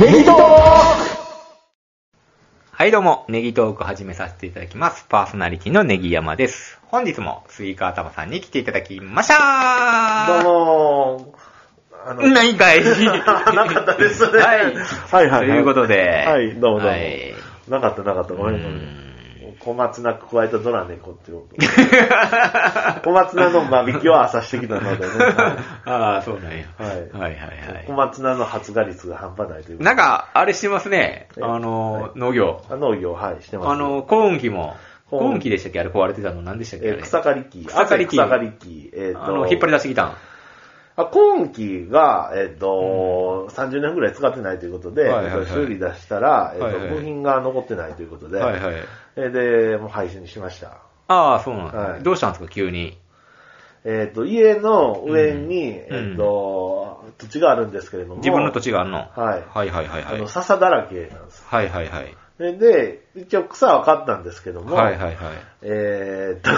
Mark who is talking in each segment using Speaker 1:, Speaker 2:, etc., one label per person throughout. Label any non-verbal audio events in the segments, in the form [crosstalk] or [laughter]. Speaker 1: ネギトー
Speaker 2: はい、どうも、ネギトーク始めさせていただきます。パーソナリティのネギ山です。本日も、スイカ頭さんに来ていただきました
Speaker 3: どうもーあの、
Speaker 2: ないかい
Speaker 3: なかったですね
Speaker 2: はい。
Speaker 3: はいはいはい
Speaker 2: ということで。
Speaker 3: はいどうもどうも
Speaker 2: はい。
Speaker 3: なかったなかった、ごめんごめん。
Speaker 2: う
Speaker 3: 小松菜加えたドラ猫っていう
Speaker 2: [laughs]
Speaker 3: こと。小松菜の間引きは朝してきたのでね。
Speaker 2: ーんああ、そうなんや。
Speaker 3: はい
Speaker 2: はいはい
Speaker 3: 小
Speaker 2: は
Speaker 3: 松菜の発芽率が半端ないとい
Speaker 2: い。
Speaker 3: う
Speaker 2: なんか、あれしてますね。
Speaker 3: え
Speaker 2: あの
Speaker 3: は、
Speaker 2: 農業。
Speaker 3: あ農業、はい、してます。
Speaker 2: あ、の、耕運機も。
Speaker 3: 耕運
Speaker 2: 耕運機でしたっけあれ壊れてたの何でしたっけあ
Speaker 3: えー
Speaker 2: れ
Speaker 3: 草刈り機。
Speaker 2: 草刈り機
Speaker 3: 朝草刈り機。えっ、と、
Speaker 2: あの、引っ張り出してきたん。
Speaker 3: あ今期が、えっ、と、30年ぐらい使ってないということで、
Speaker 2: はいはいはい
Speaker 3: 修理出したら、えっ、と、
Speaker 2: はいはい
Speaker 3: 部品が残ってないということで、
Speaker 2: はいはい。
Speaker 3: えーで、もう配信しました。
Speaker 2: ああ、そうなんですね
Speaker 3: はい
Speaker 2: どうしたんですか、急に。
Speaker 3: えっ、と、家の上に、えっ
Speaker 2: うん、
Speaker 3: と、土地があるんですけれども、
Speaker 2: 自分の土地があるの。
Speaker 3: はい
Speaker 2: はいはいはいは
Speaker 3: あ
Speaker 2: い
Speaker 3: の、。笹だらけなんです。
Speaker 2: はいはいはい。
Speaker 3: で、で一応草は刈ったんですけども、
Speaker 2: はいはいはい。
Speaker 3: えっ、と、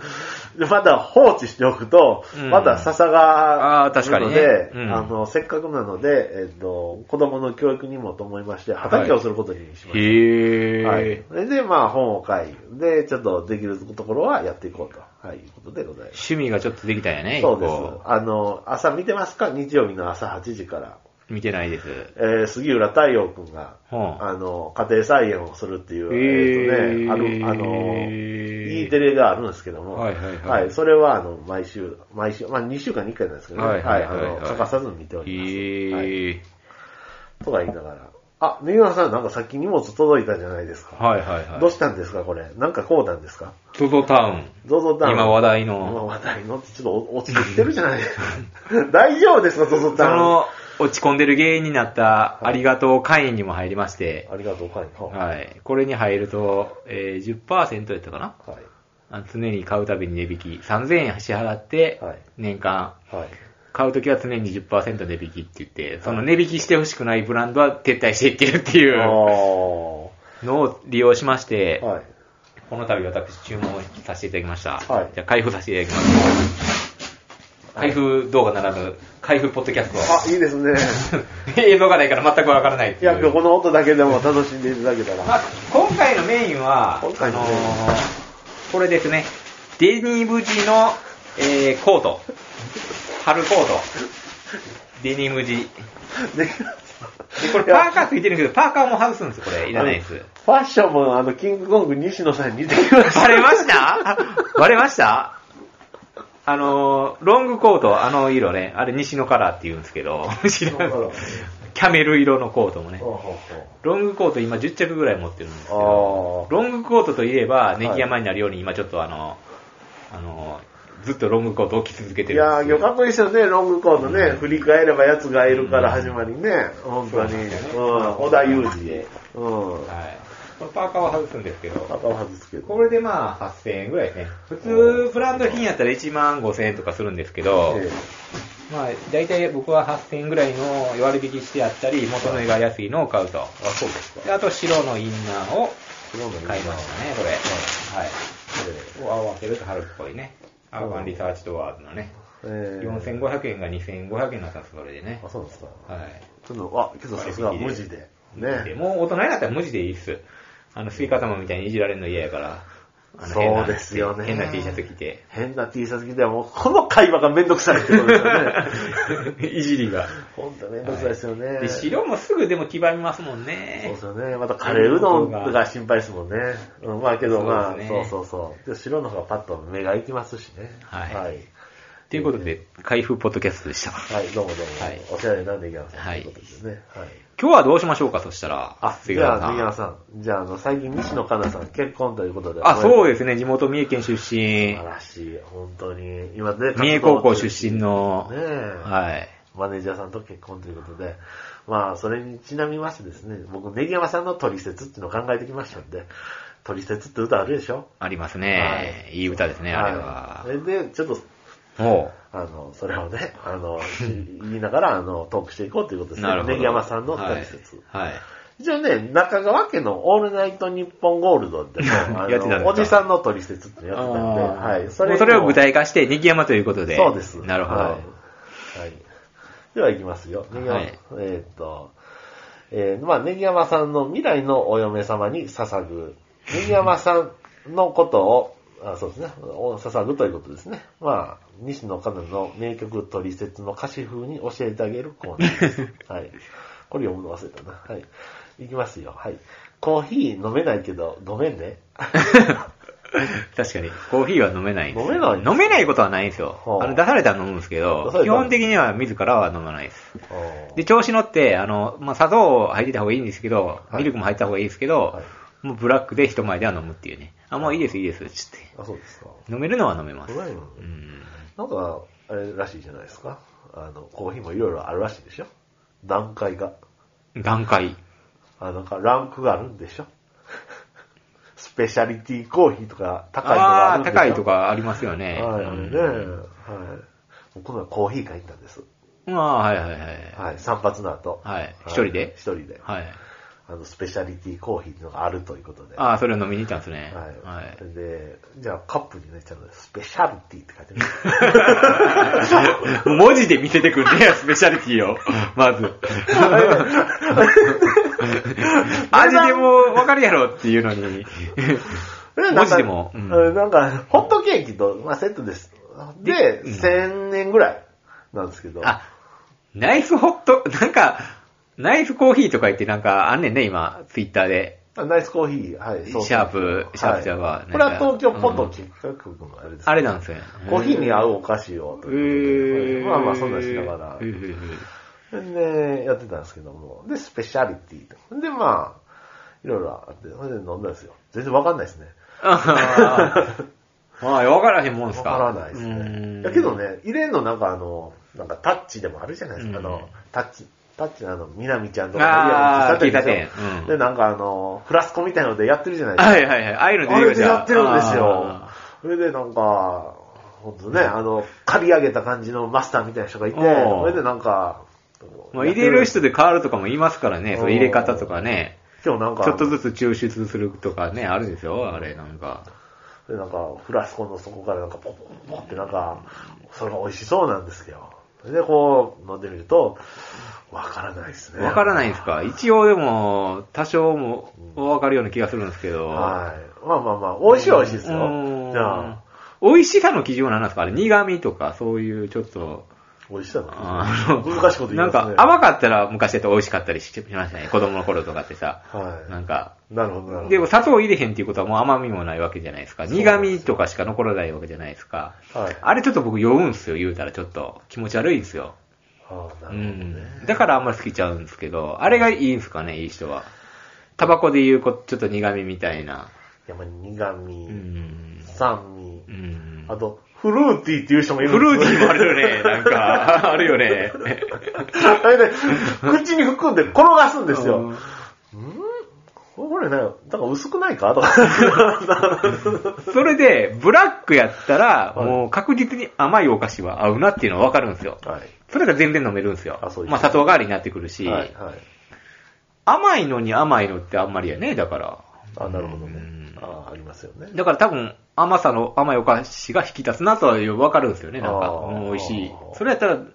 Speaker 3: [laughs] でまだ放置しておくと、
Speaker 2: うん
Speaker 3: まだ笹が、
Speaker 2: あー確かにね
Speaker 3: なので、
Speaker 2: うん
Speaker 3: あの、せっかくなので、えっ、と、子供の教育にもと思いまして、畑をすることにしまし
Speaker 2: へ
Speaker 3: た。
Speaker 2: え。
Speaker 3: はい。それで、まあ、本を買い、で、ちょっとできるところはやっていこうと、はい、いうことでございます。
Speaker 2: 趣味がちょっとできたんやね。
Speaker 3: そうです
Speaker 2: こ。
Speaker 3: あの、朝見てますか日曜日の朝8時から。
Speaker 2: う見てないです。
Speaker 3: えー杉浦太陽くんが、
Speaker 2: うん
Speaker 3: あの、家庭菜園をするっていう、
Speaker 2: へー
Speaker 3: えーとね、ある、あの、E テレがあるんですけども、
Speaker 2: はいはいはい
Speaker 3: それは、あの、毎週、毎週、まあ、2週間に1回なんですけどね、
Speaker 2: はいはいはいはい
Speaker 3: あの欠かさず見ております。はい、
Speaker 2: へえ。
Speaker 3: とは言いながら。あ、根際さん、なんかさっき荷物届いたじゃないですか。
Speaker 2: はいはいはい。
Speaker 3: どうしたんですか、これ。なんかこうなんですか
Speaker 2: ゾゾタウン。
Speaker 3: ゾゾタウン。
Speaker 2: 今話題
Speaker 3: 今
Speaker 2: の。
Speaker 3: 話題のってちょっと落ちてきてるじゃない
Speaker 2: [laughs]
Speaker 3: ですか。大丈夫ですか、ゾゾ
Speaker 2: そ
Speaker 3: タウン。
Speaker 2: の、落ち込んでる原因になった、ありがとう会員にも入りまして、
Speaker 3: ありがとう、はい。は。
Speaker 2: はい。これに入ると、えー、10%やったかない
Speaker 3: はい。
Speaker 2: あ常に買うたびに値引き。3000円支払って
Speaker 3: はい、
Speaker 2: 年間。
Speaker 3: はい。
Speaker 2: 買うときは常に10%値引きって言って、その値引きしてほしくないブランドは撤退していってるってい
Speaker 3: あ
Speaker 2: う
Speaker 3: ー
Speaker 2: のを利用しまして、
Speaker 3: はい。
Speaker 2: この度私注文させていただきました。
Speaker 3: はい
Speaker 2: じゃあ開封させていただきます。開封動画ならぬ、開封ポッドキャス
Speaker 3: あ、いいですね。
Speaker 2: トを。 [laughs] 映像がないから全くわからないって
Speaker 3: い
Speaker 2: いう
Speaker 3: や、この音だけでも楽しんでいただけた
Speaker 2: ま
Speaker 3: ら。
Speaker 2: あ、今回のメインは、あの
Speaker 3: 今回のメイン
Speaker 2: ーこれですね。デニム地の、えーコート。春コート。デニム地。
Speaker 3: で、
Speaker 2: で、これパーカーついてるんですけど、パーカーも外すんですよ、これ。いらないで
Speaker 3: あ
Speaker 2: す
Speaker 3: の。ファッションも、あの、キングコング西野さんに似てきました。
Speaker 2: バレました
Speaker 3: [laughs]
Speaker 2: バレましたあのー、ロングコート、あの色ね、あれ西野カラーって言うんですけど、知ら
Speaker 3: なる
Speaker 2: ん
Speaker 3: ほど
Speaker 2: [laughs] キャメル色のコートもね。
Speaker 3: ほうほう
Speaker 2: ロングコート今10着ぐらい持ってるんですけ
Speaker 3: ほ
Speaker 2: ど、
Speaker 3: うあ
Speaker 2: ロングコートといえば、ネギ山になるように今ちょっとあの、あの、ずっとロングコートを着続け
Speaker 3: ー
Speaker 2: て
Speaker 3: い
Speaker 2: るん
Speaker 3: や
Speaker 2: です
Speaker 3: ー、かっこいいですよね、ロングコートね。
Speaker 2: うん
Speaker 3: 振り返れば奴がいるから始まりね。本当に。
Speaker 2: そうなん
Speaker 3: う
Speaker 2: ですよね
Speaker 3: ん。小田裕二で。うん。
Speaker 2: はい。このパーカーは外すんですけど、
Speaker 3: 赤を外すけど。
Speaker 2: これでまあ8000円ぐらいですね。普通、ブランド品やったら1万5000円とかするんですけど、
Speaker 3: え
Speaker 2: まあ、大体僕は8000円ぐらいの割引してあったり、元値が安いのを買うと。
Speaker 3: えあ、そうですか。
Speaker 2: であと、白のインナーを
Speaker 3: 白の
Speaker 2: 買いましたね、これ。はい。を合わせると春っぽいね。アーバンリサーチドワーズのね。
Speaker 3: えーえー
Speaker 2: 4500円が2500円だったんです、それでね
Speaker 3: あ、。そうですか。
Speaker 2: はい。
Speaker 3: ちょっと、あ、けどさすが無地で。
Speaker 2: で
Speaker 3: ね。
Speaker 2: もう大人になったら無地でいいっす。あの、スイカ様みたいにいじられるの嫌やから。あの変な
Speaker 3: そうですよね
Speaker 2: 変な T シャツ着
Speaker 3: [laughs]
Speaker 2: て。
Speaker 3: 変な T シャツ着て、もうこの会話がめんどくさいってことですよ
Speaker 2: [laughs]
Speaker 3: ね。
Speaker 2: いじりが。
Speaker 3: ほんとめんどくさいですよね。
Speaker 2: で、白もすぐでも黄ばみますもんね。
Speaker 3: そうですよね。またカレーうどんが心配ですもんね。うん、まあけどまあ、
Speaker 2: そう
Speaker 3: そう,、
Speaker 2: です
Speaker 3: そ
Speaker 2: ね
Speaker 3: うそうで、白の方がパッと目がいきますしね。
Speaker 2: はい
Speaker 3: はい。
Speaker 2: ということで、開封ポッドキャストでした。
Speaker 3: はいどうもどうも。
Speaker 2: はい
Speaker 3: おしゃれなんでいきます。
Speaker 2: はい
Speaker 3: ということでね。はい。
Speaker 2: 今日はどうしましょうか、そしたら。
Speaker 3: あ、
Speaker 2: 杉
Speaker 3: じゃ
Speaker 2: 原
Speaker 3: あ、杉
Speaker 2: さん
Speaker 3: 山さん。じゃあ、あの、最近西野カナさん結婚ということで。
Speaker 2: あ、そう
Speaker 3: で
Speaker 2: ですね、地元三重県出
Speaker 3: す
Speaker 2: 身
Speaker 3: 素晴、らしい。本当に。今ね、
Speaker 2: 三重高校出身の、
Speaker 3: ねえ
Speaker 2: はい。
Speaker 3: マネージャーさんと結婚ということで、まあ、それにちなみましてですね、僕、ネギ山さんのトリセツっていうのを考えてきましたんで、トリセツって歌あるでしょ
Speaker 2: ありますね、い。い歌ですね、あれは。
Speaker 3: いそれで、ちょっと、
Speaker 2: も
Speaker 3: あの、それをね、あ
Speaker 2: [laughs]
Speaker 3: の、言いながら、あの、トークしていこうということで
Speaker 2: う、
Speaker 3: す
Speaker 2: なる
Speaker 3: ね。
Speaker 2: ほど。
Speaker 3: ネギ山さんのトリセツ。
Speaker 2: はい。
Speaker 3: 一応ね、中川家のオールナイトニッポンゴールドって
Speaker 2: [laughs]
Speaker 3: も
Speaker 2: やっ
Speaker 3: あ
Speaker 2: てたんです
Speaker 3: の、
Speaker 2: か
Speaker 3: おじさんのトリセツってやってたんで、
Speaker 2: は。
Speaker 3: はいい。
Speaker 2: それ
Speaker 3: にも
Speaker 2: それを具体化して、ネギ山ということで。
Speaker 3: そうです。
Speaker 2: なるほど。
Speaker 3: はい。はいでは、いきますよ。
Speaker 2: はい
Speaker 3: いきますえーっと、えーまあ、ネギヤマさんの未来のお嫁様に捧ぐ。ネギヤマさんのことを、 [laughs] あそうですね、を捧ぐということですね。まあ、西野カナの名曲トリセツの歌詞風に教えてあげるコーナ
Speaker 2: [laughs]
Speaker 3: ーです。はい。これ読むの忘れたな。はい。いきますよ。はい。コーヒー飲めないけど、飲めん
Speaker 2: [laughs]
Speaker 3: ね。
Speaker 2: 確かに、コーヒーは飲めないんですよ
Speaker 3: 飲めないんですか
Speaker 2: 飲めないことはないんですよ。
Speaker 3: はあ
Speaker 2: あの、出されたら飲むんですけ
Speaker 3: 出
Speaker 2: ど
Speaker 3: されたら、
Speaker 2: 基本的には自らは飲まないです。で、調子乗って、あの、まあ、砂糖入ってた方がいいんですけど、
Speaker 3: はい
Speaker 2: ミルクも入った方がいいですけど、
Speaker 3: はい
Speaker 2: もうブラックで人前では飲むっていうね。あ、もういいです、いいです、つって。
Speaker 3: あ、そうですか。
Speaker 2: 飲めるのは飲めます。
Speaker 3: うまいの
Speaker 2: うん。
Speaker 3: なんか、あれらしいじゃないですか。あの、コーヒーもいろいろあるらしいでしょ。段階が。
Speaker 2: 段階。
Speaker 3: あなんかランクがあるんでしょ [laughs] スペシャリティコーヒーとか高いのがあ
Speaker 2: あ
Speaker 3: る
Speaker 2: あ
Speaker 3: ん
Speaker 2: ー、
Speaker 3: でしょ
Speaker 2: 高いと。かありますよ
Speaker 3: は
Speaker 2: ね。
Speaker 3: い、あ
Speaker 2: う
Speaker 3: れ
Speaker 2: ん
Speaker 3: ね。はい。僕のコーヒー買いに行ったんです。
Speaker 2: ああ、はいはいはい。
Speaker 3: はい、散髪の後。
Speaker 2: はい一人で
Speaker 3: 一人で。
Speaker 2: はい。
Speaker 3: あの、スペシャリティコーヒーっていうのがあるということで。
Speaker 2: ああ、それを飲みに行ったんですね。
Speaker 3: は
Speaker 2: はいい。。
Speaker 3: で、じゃあカップにね、ちゃんとスペシャリティって書いてる。
Speaker 2: 文字で見せてくんねや、スペシャリティを。 [laughs] ま
Speaker 3: [laughs]
Speaker 2: ず。味でもわかるやろっていうの
Speaker 3: [laughs]
Speaker 2: に。
Speaker 3: で
Speaker 2: 文字でも
Speaker 3: なん
Speaker 2: うん
Speaker 3: か、なんかホットケーキと、まあ、セットです。で、
Speaker 2: うん
Speaker 3: 1000円ぐらいなんですけど。
Speaker 2: あ、ナイスホット、なんか、ナイスコーヒーとか言ってなんかあんねんね、今、ツイッターで。
Speaker 3: あナイスコーヒー、はい、
Speaker 2: シ
Speaker 3: そうそう
Speaker 2: ャープ、シャープシャープ
Speaker 3: は、
Speaker 2: はい
Speaker 3: これは東京ポ
Speaker 2: ト
Speaker 3: トキ企画部のあれです、
Speaker 2: あれなんですよ。
Speaker 3: コーヒーに合
Speaker 2: う。
Speaker 3: うお菓子をと
Speaker 2: え
Speaker 3: いう
Speaker 2: ー、
Speaker 3: ことで。まあまあ、そんなんしながら
Speaker 2: え。
Speaker 3: [laughs]
Speaker 2: ー
Speaker 3: で、やってたんですけども。で、スペシャリティと。で、まあ、いろいろあって、それで飲んだんですよ。全然わかんないですね。
Speaker 2: あー [laughs] まあ、わからへんもんす
Speaker 3: わ
Speaker 2: か。
Speaker 3: からないです
Speaker 2: う
Speaker 3: ね
Speaker 2: ん。
Speaker 3: だけど。ね、入れんのなんかあの、なんかタッチでもあるじゃないですか。
Speaker 2: うん
Speaker 3: あの、タッチ、タッチのあの、みなみちゃんと
Speaker 2: あー、
Speaker 3: かい
Speaker 2: 喫
Speaker 3: や
Speaker 2: 茶
Speaker 3: 喫茶
Speaker 2: 店
Speaker 3: 店でしょ。。
Speaker 2: うん
Speaker 3: で、なんかあの、フラスコみたいのでやってるじゃないですか。
Speaker 2: はいはいはい。ああいうの
Speaker 3: あ
Speaker 2: 出
Speaker 3: れ
Speaker 2: てく
Speaker 3: で
Speaker 2: る
Speaker 3: やってるんですよ
Speaker 2: あ。
Speaker 3: それでなんか、ほんとね、あの、刈り上げた感じのマスターみたいな人がいて、
Speaker 2: おー
Speaker 3: それでなんか、
Speaker 2: ーまあ、入れる人で変わるとかも言いますからね、その入れ方とかね。
Speaker 3: 今日なんか、
Speaker 2: ちょっとずつ抽出するとかね、あるんですよ、あれなんか。
Speaker 3: でなんか、フラスコの底からなんか、ポコポコってなんか、それが美味しそうなんですけど。それでこう、飲んでみると、わからないですね。
Speaker 2: わからないんですか一応でも、多少もわかるような気がするんですけど。
Speaker 3: はい。まあまあまあ、美味しいは美味しいですよ
Speaker 2: うん。
Speaker 3: じゃあ、
Speaker 2: 美味しさの基準は何なんですかあれ苦味とか、そういうちょっと、
Speaker 3: 美味しさ
Speaker 2: あ
Speaker 3: の
Speaker 2: の
Speaker 3: 難しいこと言いますね。
Speaker 2: なんか甘かったら昔だと美味しかったりししましたね。子供の頃とかってさ。な
Speaker 3: は
Speaker 2: んか、
Speaker 3: い。なるほど、なるほど。
Speaker 2: でも砂糖入れへんっていうことはもう甘みもないわけじゃないですか。
Speaker 3: そうです
Speaker 2: 苦味とかしか残らないわけじゃないですか。
Speaker 3: はい。
Speaker 2: あれちょっと僕酔うんすよ、言うたらちょっと。気持ち悪いんすよ。
Speaker 3: ああ、なるほど
Speaker 2: う
Speaker 3: ね。
Speaker 2: ん。だからあんまり好きちゃうんですけど、あれがいいんすかね、いい人は。タバコで言うこ、ちょっと苦味みたいな。
Speaker 3: やっぱり苦
Speaker 2: う
Speaker 3: 味、
Speaker 2: ん。
Speaker 3: 酸味
Speaker 2: う、ん。
Speaker 3: あと、フルーティーっていう人もいる
Speaker 2: フルーティ
Speaker 3: ィ
Speaker 2: ーもあるよね、なんか。あ [laughs] るよね。
Speaker 3: ーあれね、口に含んで転がすんです
Speaker 2: う
Speaker 3: よ
Speaker 2: ん。
Speaker 3: これね、なんか薄くな
Speaker 2: [laughs]
Speaker 3: いかとか。
Speaker 2: それで、ブラックやったら、
Speaker 3: はい
Speaker 2: もう確実に甘いお菓子は合うなっていうのはわかるんですよ。
Speaker 3: はい。
Speaker 2: それが全然飲めるんですよ。
Speaker 3: あそうです
Speaker 2: まあ砂糖代わりになってくるし、
Speaker 3: はい。はい。
Speaker 2: 甘いのに甘いのってあんまりやね、だから。
Speaker 3: あ、なるほどね
Speaker 2: うん。
Speaker 3: ああ、ありますよね。
Speaker 2: だから多分、甘さの、甘いお菓子が引き立つなとはよくわかるんですよね、なんか。
Speaker 3: あー
Speaker 2: うん美味しい
Speaker 3: あー。
Speaker 2: それやったら飲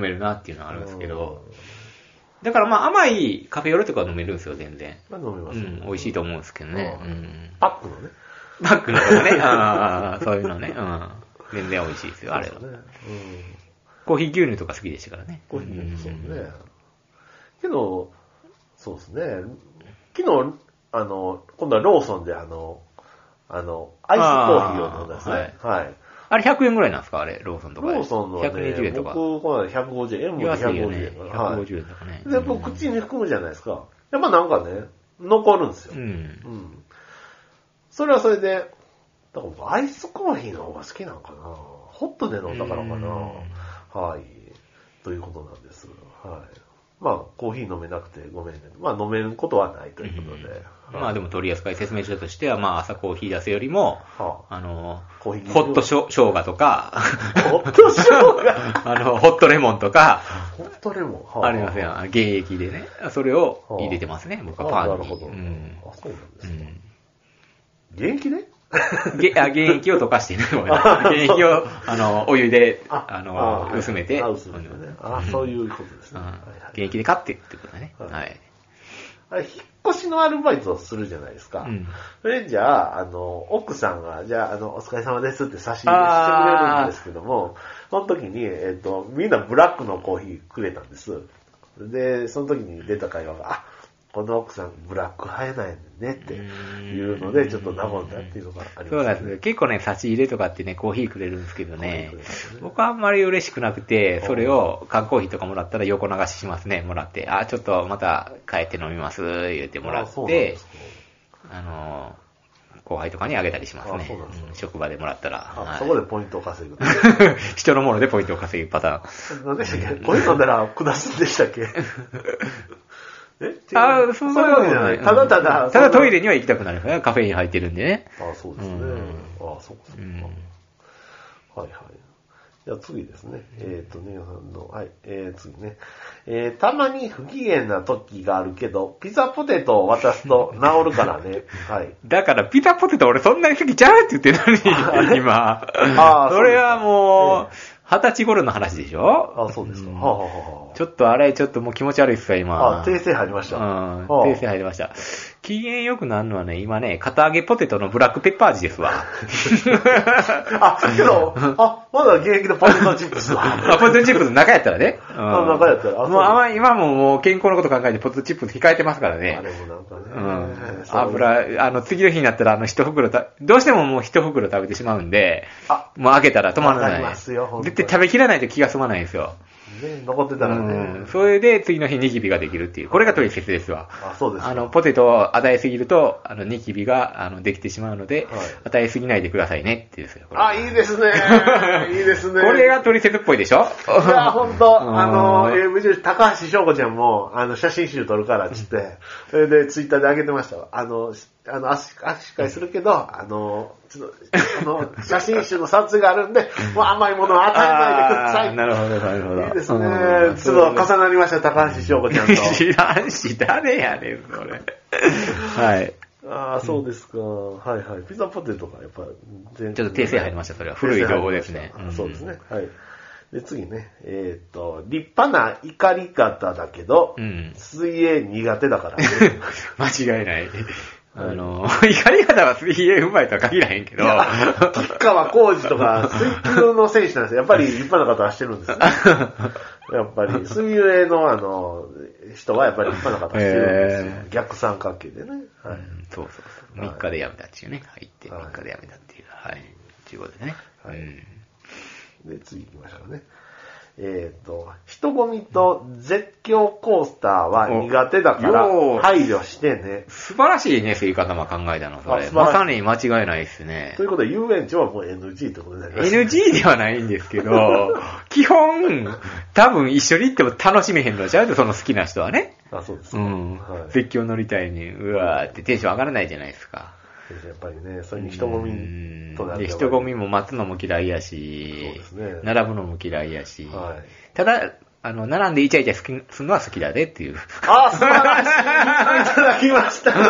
Speaker 2: めるなっていうのはあるんですけど。だからまあ甘いカフェオレとか飲めるんですよ、全然。
Speaker 3: うん。まあ飲みま
Speaker 2: う
Speaker 3: すよ
Speaker 2: ん、美味しいと思うんですけどね。
Speaker 3: あ
Speaker 2: う
Speaker 3: ー
Speaker 2: ん。
Speaker 3: パックのね。
Speaker 2: バッグのとかね、
Speaker 3: [laughs]
Speaker 2: あーそういうのね。うん。全然美味しいですよ、あれは
Speaker 3: そう。ですね。うん。
Speaker 2: コーヒー牛乳とか好きでしたからね。
Speaker 3: コーヒーそう
Speaker 2: うん
Speaker 3: ね。けど、そうですね。昨日、あの、今度はローソンであの、あの、アイスコーヒーを飲んだんですね。はい。
Speaker 2: あれ100円ぐらいなんですかあれ、ローソンとかで。
Speaker 3: ローソンのね、
Speaker 2: 120円とか。
Speaker 3: 僕、この間150円、M で
Speaker 2: 安いよ
Speaker 3: 150
Speaker 2: ね
Speaker 3: 円。。はい。
Speaker 2: 150円とかね。
Speaker 3: で、僕、口に含むじゃないですか。やっぱなんかね、残るんですよ。
Speaker 2: う。
Speaker 3: うんん。それはそれで、だから僕、アイスコーヒーの方が好きなのかな。ホットで飲んだからかな。はい。ということなんです。はい。まあ、コーヒー飲めなくてごめんね。まあ、飲めることはないということで。
Speaker 2: まあで
Speaker 3: も、
Speaker 2: も取り扱い説明書としては、まあ朝コーヒー出せよりも、
Speaker 3: は
Speaker 2: あの、
Speaker 3: あ、コーヒー
Speaker 2: ホットしょ生姜とか、 [laughs]
Speaker 3: ホットショーが。
Speaker 2: あの、ホットレモンとか、
Speaker 3: ホットレモン。は
Speaker 2: ありますよ。原液でね。それを入れてますね、僕は
Speaker 3: あ
Speaker 2: パ
Speaker 3: あな
Speaker 2: ン
Speaker 3: る
Speaker 2: に。
Speaker 3: ほど。
Speaker 2: う
Speaker 3: あ
Speaker 2: ん、
Speaker 3: そうなんで
Speaker 2: う
Speaker 3: すか。
Speaker 2: ん
Speaker 3: 元気ね
Speaker 2: げあ原液を溶かして
Speaker 3: [laughs]
Speaker 2: ね、ごめんなさい原液を、あの、お湯で、あの、薄めて、
Speaker 3: あ、薄めてね。あ、そういうことです
Speaker 2: う
Speaker 3: ね。
Speaker 2: ん
Speaker 3: はいはい
Speaker 2: 現役で勝ってってことだね。
Speaker 3: はい
Speaker 2: はい。
Speaker 3: あれ引っ越しのアルバイトをするじゃないですか。
Speaker 2: うん。
Speaker 3: それじゃあ、あの、奥さんが、じゃあ、あの、お疲れ様ですって差し入れしてくれるんですけども、その時に、えっ、と、みんなブラックのコーヒーくれたんです。で、その時に出た会話が、あ、この奥さんブラック派えないねっていうので、ちょっと和んだっていうのがあり
Speaker 2: そう
Speaker 3: ま
Speaker 2: なん
Speaker 3: す
Speaker 2: ですよ。結構ね、差し入れとかってね、コーヒーくれるんですけどね
Speaker 3: コーヒーくれますね。
Speaker 2: 僕はあんまり嬉しくなくて、それを缶コーヒーとかもらったら横流ししますね、もらって。あ、ちょっとまた帰って飲みます、言ってもら
Speaker 3: あそう
Speaker 2: っ
Speaker 3: なんで
Speaker 2: て
Speaker 3: す、か
Speaker 2: あの、後輩とかにあげたりします
Speaker 3: あ
Speaker 2: ね
Speaker 3: そうなんですね。
Speaker 2: うん職場でもらったら。は
Speaker 3: あ
Speaker 2: い
Speaker 3: そこでポイントを稼ぐ。
Speaker 2: [laughs] 人のものでポイントを稼ぐパ
Speaker 3: [laughs]
Speaker 2: ターン。
Speaker 3: 何でしたっけこういうのなら下すんでしたっ
Speaker 2: [laughs]
Speaker 3: けえ違う
Speaker 2: あそんなこと
Speaker 3: そういうわけじゃな
Speaker 2: う
Speaker 3: い。
Speaker 2: ん
Speaker 3: ただただ、
Speaker 2: ただトイレには行きたくなるから、カフェイン入ってるんでね。
Speaker 3: あそうですね。
Speaker 2: うん
Speaker 3: あそうかそうか、
Speaker 2: うん
Speaker 3: はいはい。じゃあ次ですね。えっ、とね、あの、はい、えー、次ね。えー、たまに不機嫌な時があるけど、ピザポテトを渡すと治るから
Speaker 2: [laughs]
Speaker 3: ね。はい。
Speaker 2: だから、ピザポテト俺そんなに好きちゃうって言って
Speaker 3: [laughs]
Speaker 2: るのに、今。
Speaker 3: あー
Speaker 2: それはも
Speaker 3: そう
Speaker 2: う、二十歳頃の話でしょ
Speaker 3: あそうですか。
Speaker 2: ん
Speaker 3: はあ、はあはあ、
Speaker 2: ちょっとあれ、ちょっともう気持ち悪いっすわ、今。
Speaker 3: あ、訂正入りました。
Speaker 2: うん、
Speaker 3: はあ
Speaker 2: 訂正入りました。機嫌良くなるのはね、今ね、片揚げポテトのブラックペッパー味ですわ。 [laughs]
Speaker 3: あ、けど、あ、まだ現役でポテトチッ
Speaker 2: [laughs]
Speaker 3: プスだ。
Speaker 2: あ、ポテトチップスの中やったらね。うん
Speaker 3: あ中やったらあそう
Speaker 2: もうあんま今ももう健康のこと考えてポテトチップス控えてますからね。
Speaker 3: あれもなんかね。
Speaker 2: うん。
Speaker 3: そう
Speaker 2: 油、あの、次の日になったら、あの、一袋た、どうしてももう一袋食べてしまうんで、
Speaker 3: あ
Speaker 2: もう開けたら止まら
Speaker 3: わか
Speaker 2: な
Speaker 3: り
Speaker 2: い。
Speaker 3: ますよ本当に
Speaker 2: 絶対食べきらないと気が済まないんですよ。
Speaker 3: ね、残って
Speaker 2: う
Speaker 3: たらね。
Speaker 2: ん。それで、次の日ニキビができるっていう。これがトリセツですわ。
Speaker 3: あ、そうですか。
Speaker 2: あの、ポテトを与えすぎると、あの、ニキビが、あの、できてしまうので、
Speaker 3: はい
Speaker 2: 与えすぎないでくださいねっていうですよ。これ
Speaker 3: あ、いいです
Speaker 2: [laughs]
Speaker 3: ね。いいですね。
Speaker 2: これがトリセツっぽいでしょ
Speaker 3: い
Speaker 2: [laughs]
Speaker 3: や、ほんと、
Speaker 2: うん
Speaker 3: あの、えー無印、高橋翔子ちゃんも、あの、写真集撮るからっつって、それで、ツイッターで上げてましたわ。あの、しあの、握手握手会するけど、あの、ちょっと、あの、写真集の撮影があるん
Speaker 2: [laughs]
Speaker 3: で、もう甘いものは与えないでください。
Speaker 2: あーなるほど、なるほど。
Speaker 3: いいですね
Speaker 2: う。ん
Speaker 3: ちょっと重なりました、高橋翔子ちゃんと。
Speaker 2: [laughs] 知らんし、誰やねん、それ。はい。
Speaker 3: [laughs] ああ、そうですか。はいはい。ピザポテトがやっぱ全然、
Speaker 2: ちょっと訂正入りましたそれは古い情報ですね
Speaker 3: 訂正入り
Speaker 2: う
Speaker 3: ま
Speaker 2: ん
Speaker 3: したあそうですね。はい。で、次ね。えっ、と、立派な怒り方だけど、
Speaker 2: うん
Speaker 3: 水泳苦手だから、ね。
Speaker 2: [laughs] 間違いない。 [laughs] あの、 [laughs] 怒り方は水泳うまいとは限らへんけど、
Speaker 3: 吉川浩二とか、水球の選手なんですよ。やっぱり立派な方はしてるんですね。やっ
Speaker 2: [laughs]
Speaker 3: ぱり、水泳のあの、人はやっぱり立派な方はしてるんですよ。逆三角形でね。
Speaker 2: う
Speaker 3: はい。
Speaker 2: んそうそうそう。3日でやめたっていうね。入って
Speaker 3: はい
Speaker 2: 3日でやめたっていう。はい。っていうことでね。
Speaker 3: はい
Speaker 2: うん
Speaker 3: で、次行きましょうね。えっ、と、人混みと絶叫コースターは苦手だから
Speaker 2: およー
Speaker 3: 配慮してね。
Speaker 2: 素晴らしいね、水方も考えたの、そ
Speaker 3: あ
Speaker 2: れ。
Speaker 3: 素晴らし
Speaker 2: ま
Speaker 3: い
Speaker 2: さに間違いないですね
Speaker 3: とい。うことで、遊園地はもう NG ってことになります。
Speaker 2: NG ではないんですけど、 [laughs] 基本、多分一緒に行っても楽しめへんのちゃうと、その好きな人はね。
Speaker 3: あ、そうです
Speaker 2: う
Speaker 3: ね。
Speaker 2: ん
Speaker 3: は。い。で
Speaker 2: 絶叫乗りたいに、うわーってテンション上がらないじゃないですか。
Speaker 3: やっぱりね、それに人混みとなる
Speaker 2: で
Speaker 3: と
Speaker 2: 人混みも待つのも嫌いやし、
Speaker 3: そうですね
Speaker 2: 並ぶのも嫌いやし、
Speaker 3: はい。
Speaker 2: ただ、あの、並んでイチャイチャすきするのは好きだねっていう。 [laughs]
Speaker 3: あ、素晴らしいいただきましたね。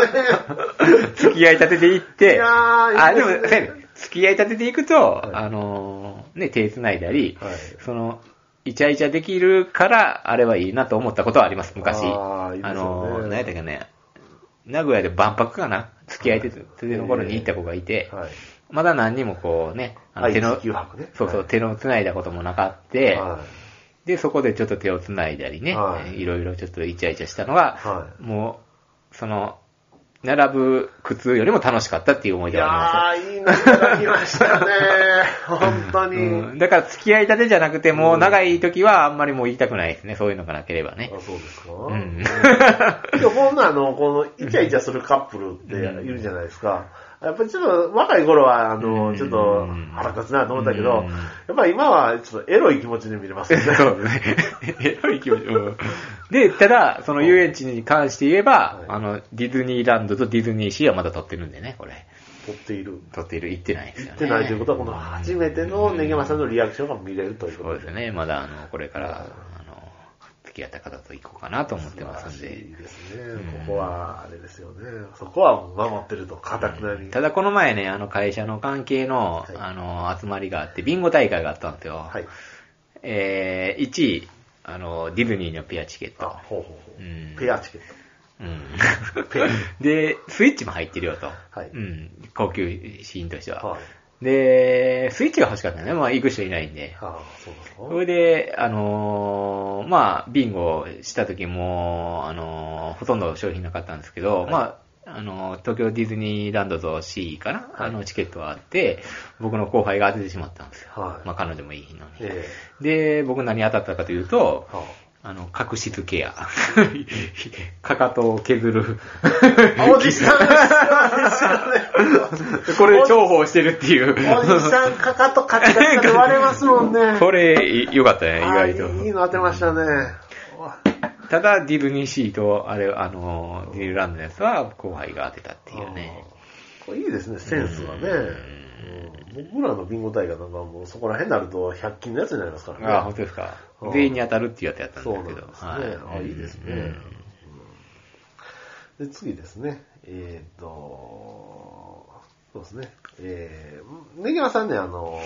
Speaker 2: 付き合い立てていって、
Speaker 3: いやー
Speaker 2: あ、
Speaker 3: いい
Speaker 2: で
Speaker 3: です
Speaker 2: も
Speaker 3: ね、
Speaker 2: せやね付き合い立てていくと、
Speaker 3: い
Speaker 2: あのー、ね、手繋いだり、
Speaker 3: はい
Speaker 2: その、イチャイチャできるから、あれはいいなと思ったことはあります、昔。
Speaker 3: あーいいですよね
Speaker 2: のー、何やったっけね、名古屋で万博かな付き合い立てての頃に行った子がいて、
Speaker 3: はい。
Speaker 2: まだ何にもこうね、あ
Speaker 3: は
Speaker 2: の
Speaker 3: い
Speaker 2: 手の、
Speaker 3: 地球博ね
Speaker 2: そうそう、
Speaker 3: はい
Speaker 2: 手の繋いだこともなかって、
Speaker 3: は
Speaker 2: で、そこでちょっと手を繋いだりね、
Speaker 3: はい
Speaker 2: えーい、ろいろちょっとイチャイチャしたのが、
Speaker 3: は
Speaker 2: もう、その、並ぶ苦痛よりも楽しかったっていう思い
Speaker 3: い。い
Speaker 2: 出があ
Speaker 3: やー、いいのいただきましたね。
Speaker 2: りますよ。
Speaker 3: 本当に。
Speaker 2: うん、だから付き合い立てじゃなくて、もう長い時はあんまりもう言いたくないですね。そういうのがなければね。
Speaker 3: あ、そうですか。
Speaker 2: うん。 [laughs]
Speaker 3: でもこんなあの、この、イチャイチャするカップルっているじゃないですか。やっぱりちょっと若い頃は、あ
Speaker 2: う
Speaker 3: の、
Speaker 2: ん
Speaker 3: ちょっと腹立つなと思ったけど
Speaker 2: うん、
Speaker 3: やっぱり今はちょっとエロい気持ちで見れ [laughs] ますよね。
Speaker 2: そうね。エロい気持ち。うんで、ただ、その遊園地に関して言えば
Speaker 3: はい、
Speaker 2: あの、ディズニーランドとディズニーシーはまだ撮ってるんでね、これ。
Speaker 3: 撮っている。
Speaker 2: 撮っている、行ってないですよね。
Speaker 3: ってないということは、この初めてのネゲマさんのリアクションが見れるというこ
Speaker 2: そう
Speaker 3: と
Speaker 2: で
Speaker 3: で。
Speaker 2: すね。まだ、あの、これから、あの、付き合った方と行こうかなと思ってますん
Speaker 3: 素晴らし
Speaker 2: で
Speaker 3: い。ですね。ここは、あれですよね。そこは守ってると、かたくなに。
Speaker 2: ただこの前ね、あの会社の関係の、
Speaker 3: はい
Speaker 2: あの、集まりがあって、ビンゴ大会があったんですよ。
Speaker 3: はい。
Speaker 2: えー、1位、あの、ディズニーのペアチケッ
Speaker 3: あ
Speaker 2: ト。、
Speaker 3: ほうほうほ
Speaker 2: うん
Speaker 3: う。ペアチケッ [laughs]
Speaker 2: うん。
Speaker 3: ペン。
Speaker 2: で、スイッチも入ってるよと。
Speaker 3: はい
Speaker 2: うん。高級シーンとしては。
Speaker 3: はい。
Speaker 2: で、スイッチが欲しかったね。まあ、行く人いないんで。
Speaker 3: ああ、そうですか。
Speaker 2: それで、あのーまあ、ビンゴした時も、あのーほとんど商品なかったんですけど、
Speaker 3: はい
Speaker 2: まあ、あのー東京ディズニーランドと C かな、
Speaker 3: はい
Speaker 2: あの、チケットはあって、僕の後輩が当ててしまったんですよ。
Speaker 3: はい
Speaker 2: まあ、彼女もいい日なのに。
Speaker 3: え
Speaker 2: で、僕何当たったかというと
Speaker 3: え、は
Speaker 2: あの、角質ケア。 [laughs] かかとを削る。
Speaker 3: あ。おじさん、
Speaker 2: [laughs] これ重宝してるっていう。
Speaker 3: おじさん、かかとカチカチで割れますもんね。
Speaker 2: [laughs] これ、い良かったね、意
Speaker 3: ああ
Speaker 2: 外と。
Speaker 3: いいいいの当てましたね。わ
Speaker 2: ただ、ディズニーシーと、あれ、あの、ディズニーランドのやつは、後輩が当てたっていうね。
Speaker 3: あーこれいいですね、センスがね。うん僕らのビンゴ大会なんかもうそこら辺になると100均のやつになりますからね。
Speaker 2: ああ、本当ですか
Speaker 3: う。ん
Speaker 2: 全員に当たるっていうやつやったん
Speaker 3: そう
Speaker 2: で
Speaker 3: なん
Speaker 2: す
Speaker 3: で
Speaker 2: け
Speaker 3: すね
Speaker 2: ど。。
Speaker 3: ああいいですね。
Speaker 2: う
Speaker 3: うんんで、次ですね。えっ、と、そうですね。えー、ネギマさんね、あの、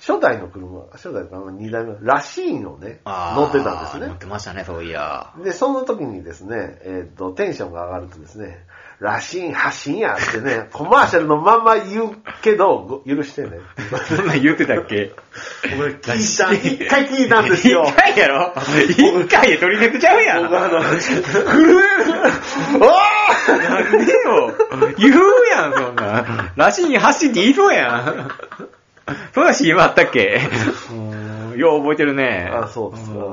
Speaker 3: 初代の車、初代の2代目、ラシーンをね、
Speaker 2: ああ
Speaker 3: 乗ってたんです
Speaker 2: 乗っ
Speaker 3: ね。
Speaker 2: てましたね、そういや。
Speaker 3: で、その時にですね、えっ、と、テンションが上がるとですね、ラシーン、発信やってね、 [laughs] コマーシャルのまんま言うけど、ご許してね。
Speaker 2: そんなん言ってたっけ
Speaker 3: [laughs] 俺聞いた、一回聞いたんです [laughs] よ。
Speaker 2: 一回やろ一回で取り抜けちゃうやん。
Speaker 3: 僕あの、
Speaker 2: なんでよ。言うやん、そんなん。らしいに走って言いそうやん。そんな CM あったっけうんよう覚えてるね。
Speaker 3: あ、そうですか。
Speaker 2: ん
Speaker 3: はい。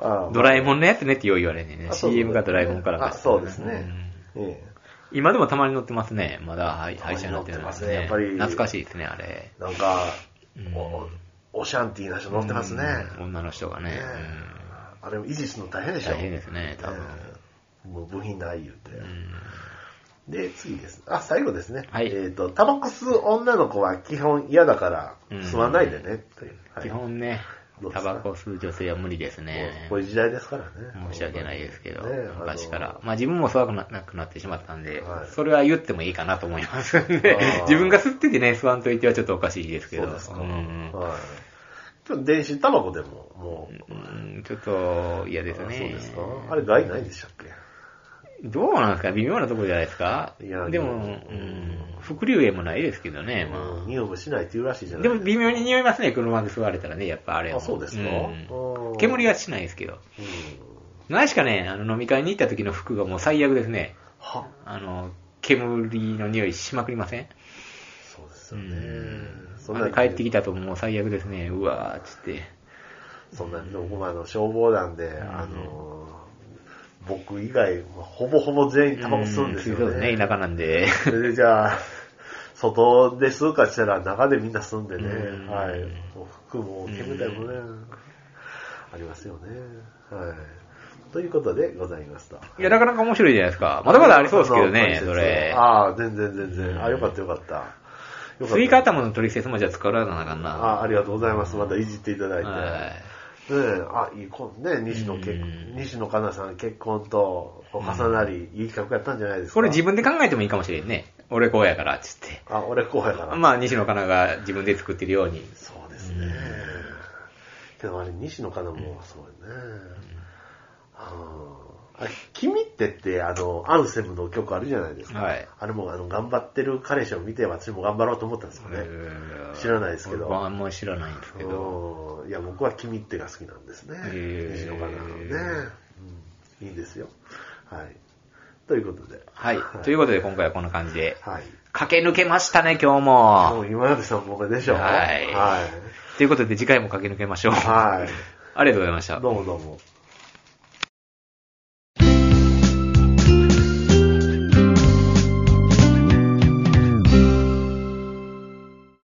Speaker 3: あ
Speaker 2: ドラえもんのやつねってよう言われんねんね。
Speaker 3: あそう
Speaker 2: CM がドラえもんからか
Speaker 3: あ、そうですね。ええ
Speaker 2: うん今でもたまに乗ってますね。まだはい
Speaker 3: た
Speaker 2: 廃
Speaker 3: まに
Speaker 2: 車になってるん
Speaker 3: 乗ってますねやっぱり
Speaker 2: 懐かしいですね、あれ。
Speaker 3: なんか
Speaker 2: うん、
Speaker 3: おオシャンティーな人乗ってますね。
Speaker 2: うん女の人がね
Speaker 3: ね。あれ、維持するの大
Speaker 2: う
Speaker 3: 変で
Speaker 2: ん
Speaker 3: しょ。
Speaker 2: 大変ですね、多分。
Speaker 3: ええもう部品ない言うて。
Speaker 2: うん
Speaker 3: で、次です。あ、最後ですね。
Speaker 2: はい
Speaker 3: えっ、と、タバコ吸う女の子は基本嫌だから、
Speaker 2: うん
Speaker 3: 吸わないでね、という。はい
Speaker 2: 基本ね
Speaker 3: どう、で
Speaker 2: タ
Speaker 3: すか
Speaker 2: バコを吸う女性は無理ですね。
Speaker 3: こういう時代ですからね。
Speaker 2: 申し訳ないですけど、
Speaker 3: ねあの
Speaker 2: 昔から。まあ自分も吸わなくなくなってしまったんで、
Speaker 3: はい
Speaker 2: それは言ってもいいかなと思いますんで
Speaker 3: あー、
Speaker 2: [laughs] 自分が吸っててね、吸わんといてはちょっとおかしいですけど、
Speaker 3: そうですか。
Speaker 2: ん
Speaker 3: はい。ちょっと電子タバコでも、もう、
Speaker 2: うんちょっと嫌です
Speaker 3: あ
Speaker 2: ね。
Speaker 3: そうですか。あれ、害ないでしたっけ
Speaker 2: どうなんですか微妙なところじゃないですか
Speaker 3: いや
Speaker 2: で
Speaker 3: う
Speaker 2: も
Speaker 3: ん、
Speaker 2: うん、副流炎もないですけどね、ま
Speaker 3: 匂いもしないっていうらしいじゃ
Speaker 2: あ。
Speaker 3: ない
Speaker 2: でも微妙に匂いますね、車で吸われたらね、やっぱあれは。
Speaker 3: あ、そうですか。
Speaker 2: うん
Speaker 3: うん
Speaker 2: 煙はしないですけど。
Speaker 3: うん
Speaker 2: 何しかね、あの飲み会に行った時の服がもう最悪ですね。
Speaker 3: は、
Speaker 2: あの、煙の匂いしまくりません
Speaker 3: そうです
Speaker 2: う
Speaker 3: よね
Speaker 2: ん。。
Speaker 3: そん
Speaker 2: まだ
Speaker 3: なに
Speaker 2: 帰ってきたともう最悪ですね。うわーっつって。
Speaker 3: そんなに、僕もあの、消防団で、あの、僕以外、ほぼほぼ全員タバコ吸うんですよ
Speaker 2: そうですね、
Speaker 3: ね。
Speaker 2: 田舎なんで。
Speaker 3: それでじゃあ、外で吸うかしたら中でみんな吸うんでね
Speaker 2: うん、
Speaker 3: はい。もう服も煙たいもね、ありますよね。はい。ということでございました。
Speaker 2: いや、なかなか面白いじゃないですか。まだまだありそうですけどね、それ。
Speaker 3: ああ、全然全然。あ、よかったよかった。よかった
Speaker 2: スイカ頭の取説もじゃあ使われなあかんな。
Speaker 3: あありがとうございます。またいじっていただいて。
Speaker 2: は
Speaker 3: ねえ、あ、いいこね、西野結
Speaker 2: うん
Speaker 3: 西野カナさん結婚とこう重なり、いい企画やったんじゃないで
Speaker 2: い。
Speaker 3: すか。
Speaker 2: これ自分で考えてもいいかもしれんね。俺こうやから、っつって。
Speaker 3: あ、俺後輩だから。
Speaker 2: まあ、西野カナが自分で作ってるように。
Speaker 3: そうですね。けどあれ、西野カナもそうよね。あーあ君ってって、あの、アンセムの曲あるじゃないですか。
Speaker 2: はい
Speaker 3: あれも、あの、頑張ってる彼氏を見て、私も頑張ろうと思ったんですよね。知らないですけど
Speaker 2: 僕はあんまり知らないんですけど。
Speaker 3: うんいや、僕は君ってが好きなんです
Speaker 2: へ
Speaker 3: ね。
Speaker 2: ー
Speaker 3: 西野カナのね、うん。いいですよ。はい。ということで。
Speaker 2: はい。ということで、今回はこんな感じで。
Speaker 3: はい。
Speaker 2: 駆け抜けましたね、今日も。
Speaker 3: もう今までさん僕でしょ。
Speaker 2: はい
Speaker 3: は
Speaker 2: ということで次回も駆け抜けましょう。
Speaker 3: い。は
Speaker 2: ありがとうございました
Speaker 3: い。。どうもどうも。